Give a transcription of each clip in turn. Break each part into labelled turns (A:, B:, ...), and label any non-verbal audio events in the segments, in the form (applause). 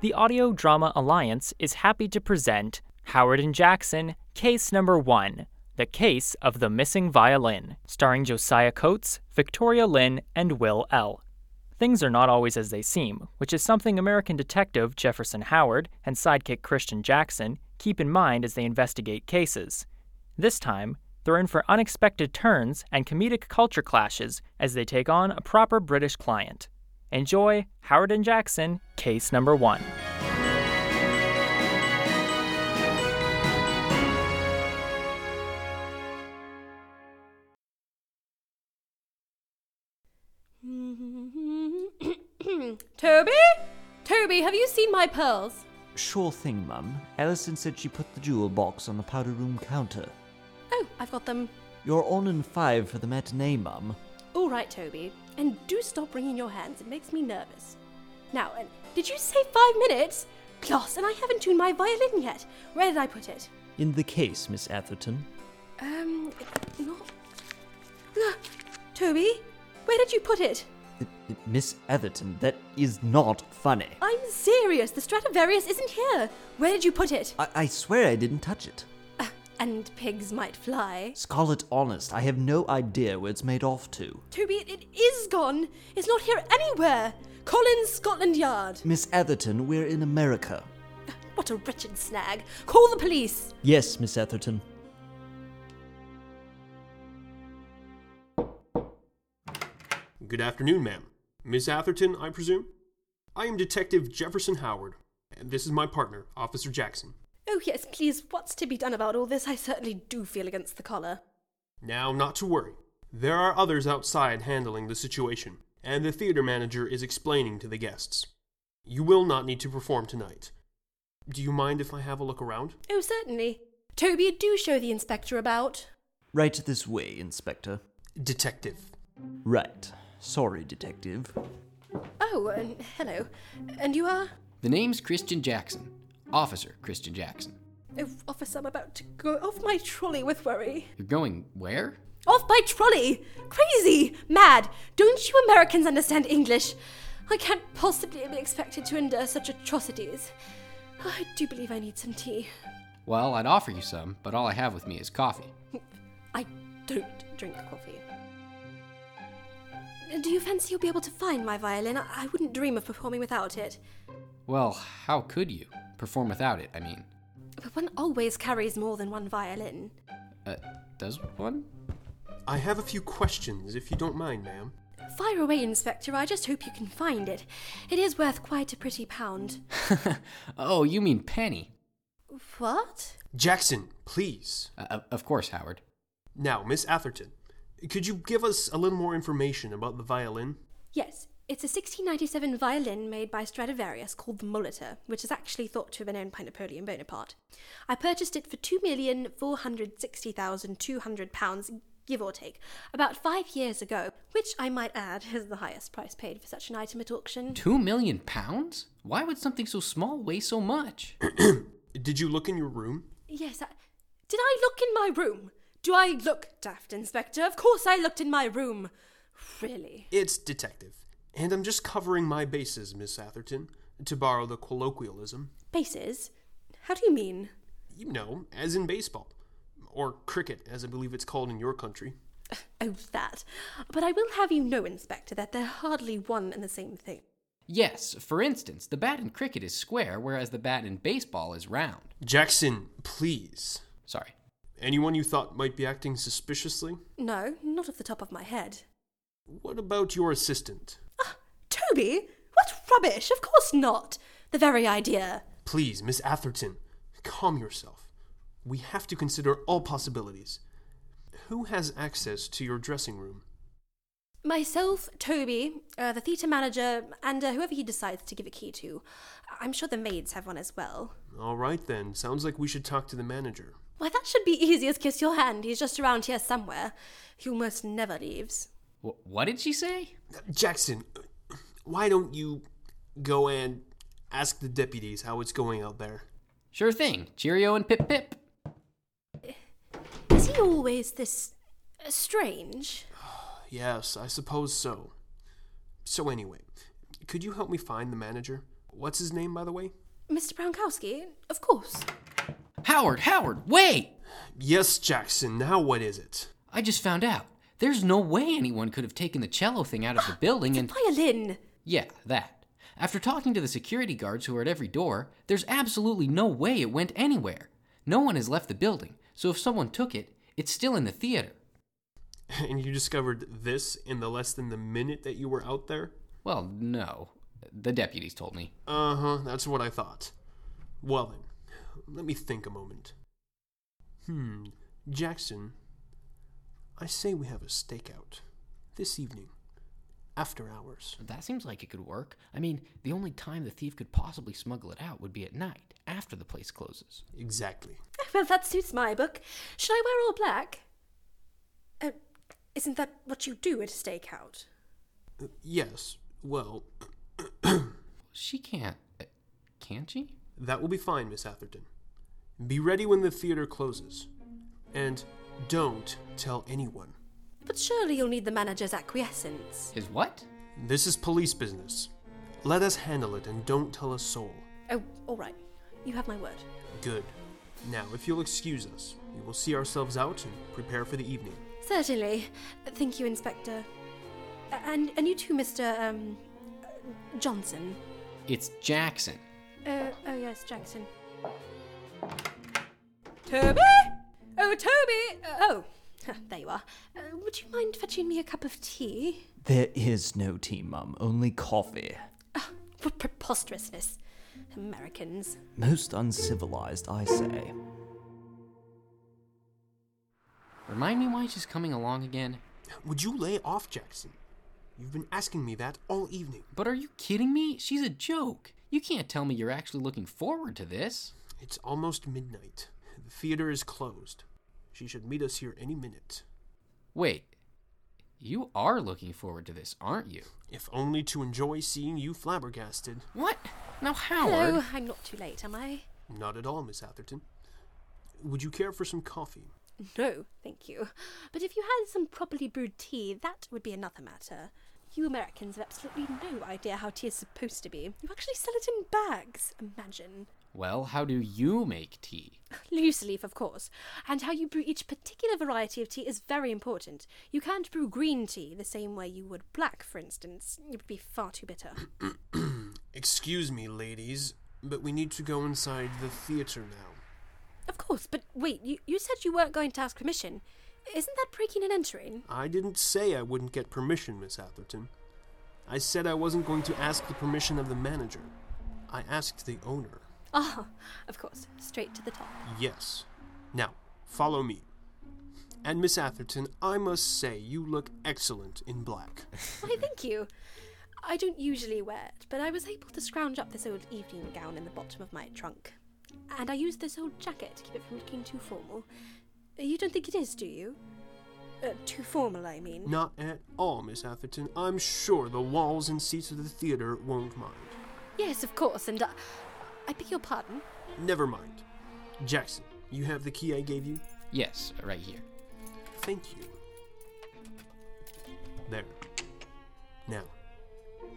A: the Audio Drama Alliance is happy to present Howard and Jackson, Case Number One The Case of the Missing Violin, starring Josiah Coates, Victoria Lynn, and Will L. Things are not always as they seem, which is something American detective Jefferson Howard and sidekick Christian Jackson keep in mind as they investigate cases. This time, they're in for unexpected turns and comedic culture clashes as they take on a proper British client. Enjoy Howard and Jackson, case number one.
B: Toby? Toby, have you seen my pearls?
C: Sure thing, Mum. Ellison said she put the jewel box on the powder room counter.
B: Oh, I've got them.
C: You're on in five for the matinee, Mum.
B: All right, Toby. And do stop wringing your hands, it makes me nervous. Now, and did you say five minutes? Gloss, and I haven't tuned my violin yet. Where did I put it?
C: In the case, Miss Atherton.
B: Um, it's not. Ah, Toby, where did you put it?
C: Uh, uh, Miss Atherton, that is not funny.
B: I'm serious. The Stradivarius isn't here. Where did you put it?
C: I, I swear I didn't touch it.
B: Ah, and pigs might fly.
C: Scarlet Honest, I have no idea where it's made off to.
B: Toby, it, it is gone. It's not here anywhere. Collins, Scotland Yard.
C: Miss Atherton, we're in America.
B: What a wretched snag. Call the police.
C: Yes, Miss Atherton.
D: Good afternoon, ma'am. Miss Atherton, I presume? I am Detective Jefferson Howard, and this is my partner, Officer Jackson.
B: Oh, yes, please, what's to be done about all this? I certainly do feel against the collar.
D: Now, not to worry. There are others outside handling the situation, and the theater manager is explaining to the guests. You will not need to perform tonight. Do you mind if I have a look around?
B: Oh, certainly. Toby, do show the inspector about.
C: Right this way, Inspector.
D: Detective.
C: Right. Sorry, Detective.
B: Oh, and hello. And you are?
E: The name's Christian Jackson, Officer Christian Jackson.
B: Oh, officer, I'm about to go off my trolley with worry.
E: You're going where?
B: Off my trolley! Crazy! Mad! Don't you Americans understand English? I can't possibly be expected to endure such atrocities. I do believe I need some tea.
E: Well, I'd offer you some, but all I have with me is coffee.
B: I don't drink coffee. Do you fancy you'll be able to find my violin? I I wouldn't dream of performing without it.
E: Well, how could you? Perform without it, I mean.
B: But one always carries more than one violin.
E: Uh, does one? (laughs)
D: I have a few questions, if you don't mind, ma'am.
B: Fire away, Inspector. I just hope you can find it. It is worth quite a pretty pound.
E: oh, you mean penny.
B: What?
D: Jackson, please.
E: Uh, of- of course, Howard.
D: Now, Miss Atherton, could you give us a little more information about the violin?
B: Yes, it's a 1697 violin made by Stradivarius called the Molitor, which is actually thought to have been owned by Napoleon Bonaparte. I purchased it for £2,460,200, give or take, about five years ago, which I might add is the highest price paid for such an item at auction.
E: Two million pounds? Why would something so small weigh so much? (clears throat)
D: Did you look in your room?
B: Yes, I. Did I look in my room? Do I look, Daft Inspector? Of course I looked in my room. Really?
D: It's detective. And I'm just covering my bases, Miss Atherton, to borrow the colloquialism.
B: Bases? How do you mean?
D: You know, as in baseball. Or cricket, as I believe it's called in your country.
B: Oh, that. But I will have you know, Inspector, that they're hardly one and the same thing.
E: Yes, for instance, the bat in cricket is square, whereas the bat in baseball is round.
D: Jackson, please.
E: Sorry.
D: Anyone you thought might be acting suspiciously?
B: No, not off the top of my head.
D: What about your assistant?
B: Ah, Toby? What rubbish! Of course not! The very idea.
D: Please, Miss Atherton, calm yourself. We have to consider all possibilities. Who has access to your dressing room?
B: Myself, Toby, uh, the theatre manager, and uh, whoever he decides to give a key to. I'm sure the maids have one as well.
D: All right then, sounds like we should talk to the manager.
B: Why, that should be easy as kiss your hand. He's just around here somewhere. He almost never leaves.
E: Wh- what did she say?
D: Jackson, why don't you go and ask the deputies how it's going out there?
E: Sure thing. Cheerio and pip pip.
B: Is he always this uh, strange?
D: Yes, I suppose so. So, anyway, could you help me find the manager? What's his name, by the way?
B: Mr. Bronkowski, of course.
E: Howard, Howard, wait!
D: Yes, Jackson, now what is it? (laughs)
E: I just found out. There's no way anyone could have taken the cello thing out of the building and.
B: Violin.
E: Yeah, that. After talking to the security guards who are at every door, there's absolutely no way it went anywhere. No one has left the building, so if someone took it, it's still in the theater.
D: And you discovered this in the less than the minute that you were out there?
E: Well, no. The deputies told me.
D: Uh huh, that's what I thought. Well then, let me think a moment. Hmm, Jackson, I say we have a stakeout. This evening. After hours.
E: That seems like it could work. I mean, the only time the thief could possibly smuggle it out would be at night, after the place closes.
D: Exactly.
B: Well, that suits my book. Should I wear all black? Uh, isn't that what you do at a stakeout?
D: Uh, yes, well,
E: She can't. uh, Can she?
D: that will be fine, Miss Atherton. Be ready when the theater closes. And don't tell anyone.
B: But surely you'll need the manager's acquiescence.
E: His what?
D: This is police business. Let us handle it and don't tell a soul.
B: Oh, all right. You have my word.
D: Good. Now, if you'll excuse us, we will see ourselves out and prepare for the evening.
B: Certainly. Thank you, Inspector. A- And and you too, Mr. Um, uh, Johnson.
E: It's Jackson.
B: Uh, oh yes, Jackson. Toby? Oh, Toby! Uh, oh, (laughs) huh, there you are. Uh, would you mind fetching me a cup of tea?
C: There is no tea, Mum, only coffee.
B: Oh, (laughs) what preposterousness. Americans.
C: Most uncivilized, I say.
E: Remind me why she's coming along again?
D: Would you lay off, Jackson? You've been asking me that all evening.
E: But are you kidding me? She's a joke. You can't tell me you're actually looking forward to this.
D: It's almost midnight. The theater is closed. She should meet us here any minute,
E: Wait. You are looking forward to this, aren't you?
D: if only to enjoy seeing you flabbergasted.
E: What? Now, Howard.
B: Hello, I'm not too late, am I?
D: Not at all, Miss Atherton. Would you care for some coffee? (clears throat)
B: No, thank you. But if you had some properly brewed tea, that would be another matter. You Americans have absolutely no idea how tea is supposed to be. You actually sell it in bags, imagine. (laughs)
E: Well, how do you make tea?
B: Loose leaf, of course. And how you brew each particular variety of tea is very important. You can't brew green tea the same way you would black, for instance. It would be far too bitter.
D: Excuse me, ladies, but we need to go inside the theater now.
B: of course, but wait, you, you said you weren't going to ask permission. Isn't that breaking and entering?
D: I didn't say I wouldn't get permission, Miss Atherton. I said I wasn't going to ask the permission of the manager. I asked the owner.
B: Ah, of course, straight to the top.
D: Yes. Now, follow me. And Miss Atherton, I must say you look excellent in black.
B: Why, thank you. I don't usually wear it, but I was able to scrounge up this old evening gown in the bottom of my trunk. And I used this old jacket to keep it from looking too formal. You don't think it is, do you? Uh, too formal, I mean.
D: Not at all, Miss Atherton. I'm sure the walls and seats of the theater won't mind.
B: Yes, of course, and I, I beg your pardon.
D: Never mind. Jackson, you have the key I gave you?
E: Yes, right here.
D: Thank you. There. Now,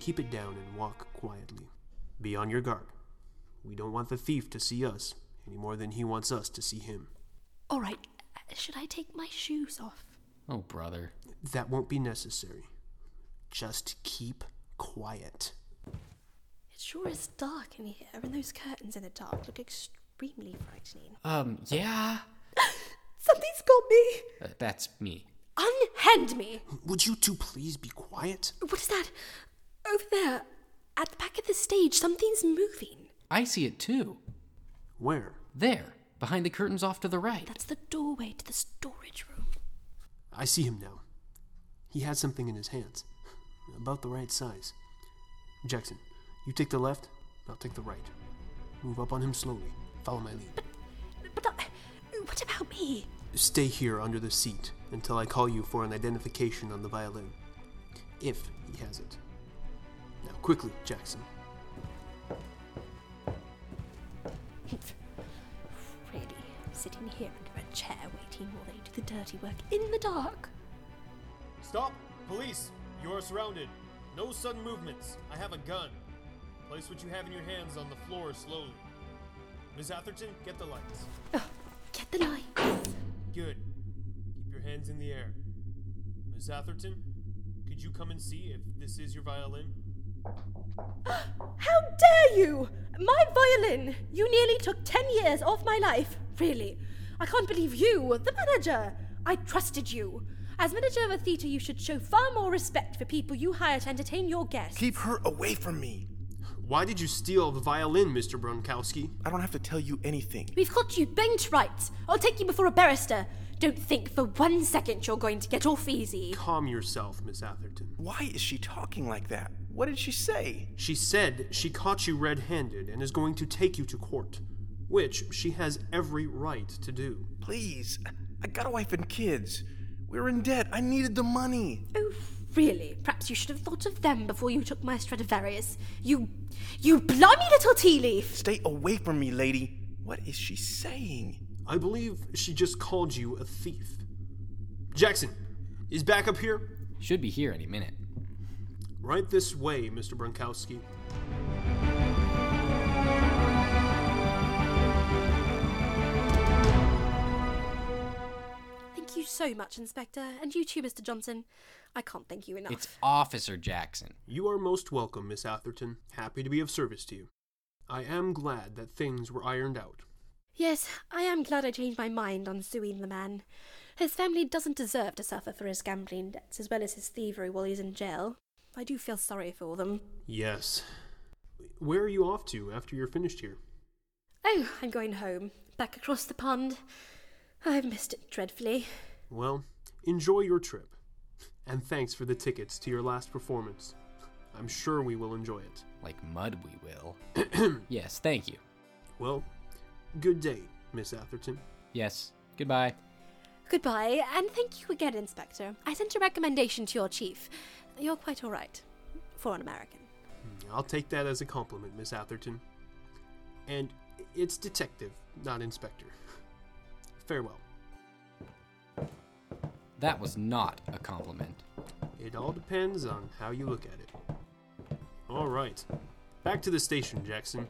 D: keep it down and walk quietly. Be on your guard. We don't want the thief to see us any more than he wants us to see him.
B: All right, uh, should I take my shoes off?
E: Oh, brother.
D: That won't be necessary. Just keep quiet.
B: It sure is dark in here, and those curtains in the dark look extremely frightening.
E: Um, yeah.
B: Something's got me!
E: Uh, that's me.
B: Unhand me!
D: Would you two please be quiet?
B: What is that? Over there, at the back of the stage, something's moving.
E: I see it too.
D: Where?
E: There, behind the curtains off to the right.
B: That's the doorway to the storage room.
D: I see him now. He has something in his hands, about the right size. Jackson, you take the left, I'll take the right. Move up on him slowly. Follow my lead.
B: But I, what about me?
D: Stay here under the seat until I call you for an identification on the violin. If he has it. Now, quickly, Jackson.
B: really, sitting here under a chair waiting while they do the dirty work in the dark.
D: Stop! Police! You are surrounded. No sudden movements. I have a gun. Place what you have in your hands on the floor slowly. Miss Atherton, get the lights.
B: Get the lights.
D: Good. Keep your hands in the air. Miss Atherton, could you come and see if this is your violin?
B: How dare you! My violin! You nearly took ten years off my life. Really. I can't believe you, the manager! I trusted you. As manager of a theatre, you should show far more respect for people you hire to entertain your guests.
F: Keep her away from me.
D: Why did you steal the violin, Mr. Bronkowski?
F: I don't have to tell you anything.
B: We've got you banked right. I'll take you before a barrister. Don't think for one second you're going to get off easy.
D: Calm yourself, Miss Atherton.
F: Why is she talking like that? What did she say?
D: She said she caught you red handed and is going to take you to court, which she has every right to do.
F: Please, I got a wife and kids. We were in debt. I needed the money.
B: Oh, really? Perhaps you should have thought of them before you took my Stradivarius. You. you blimey little tea leaf!
F: Stay away from me, lady. What is she saying?
D: I believe she just called you a thief. Jackson, is back up here?
E: Should be here any minute.
D: Right this way, Mr. Bronkowski.
B: Thank you so much, Inspector, and you too, Mr. Johnson. I can't thank you enough.
E: It's Officer Jackson.
D: You are most welcome, Miss Atherton. Happy to be of service to you. I am glad that things were ironed out.
B: Yes, I am glad I changed my mind on suing the man. His family doesn't deserve to suffer for his gambling debts as well as his thievery while he's in jail. I do feel sorry for them.
D: Yes. Where are you off to after you're finished here?
B: Oh, I'm going home, back across the pond. I've missed it dreadfully.
D: Well, enjoy your trip. And thanks for the tickets to your last performance. I'm sure we will enjoy it.
E: Like mud, we will. (clears throat) yes, thank you.
D: Well, good day, Miss Atherton.
E: Yes, goodbye.
B: Goodbye, and thank you again, Inspector. I sent a recommendation to your chief. You're quite all right for an American.
D: I'll take that as a compliment, Miss Atherton. And it's detective, not inspector. Farewell.
E: That was not a compliment.
D: It all depends on how you look at it. All right. Back to the station, Jackson.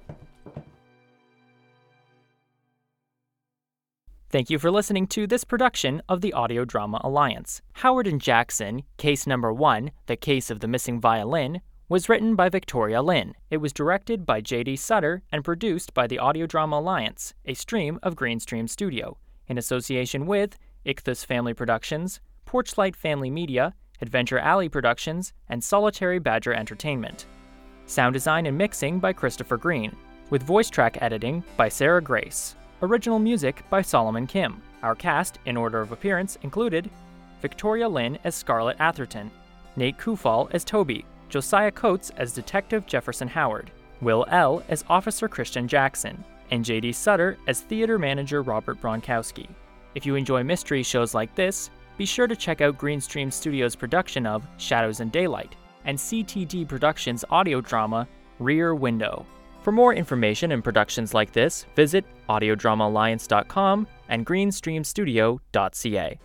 A: Thank you for listening to this production of the Audio Drama Alliance. Howard and Jackson, Case Number One, The Case of the Missing Violin, was written by Victoria Lynn. It was directed by J.D. Sutter and produced by the Audio Drama Alliance, a stream of Greenstream Studio, in association with Ichthus Family Productions, Porchlight Family Media, Adventure Alley Productions, and Solitary Badger Entertainment. Sound design and mixing by Christopher Green, with voice track editing by Sarah Grace. Original music by Solomon Kim. Our cast, in order of appearance, included Victoria Lynn as Scarlett Atherton, Nate Kufal as Toby, Josiah Coates as Detective Jefferson Howard, Will L. as Officer Christian Jackson, and J.D. Sutter as Theater Manager Robert Bronkowski. If you enjoy mystery shows like this, be sure to check out Greenstream Studios' production of Shadows and Daylight and CTD Productions' audio drama Rear Window. For more information and productions like this, visit audiodramaalliance.com and greenstreamstudio.ca.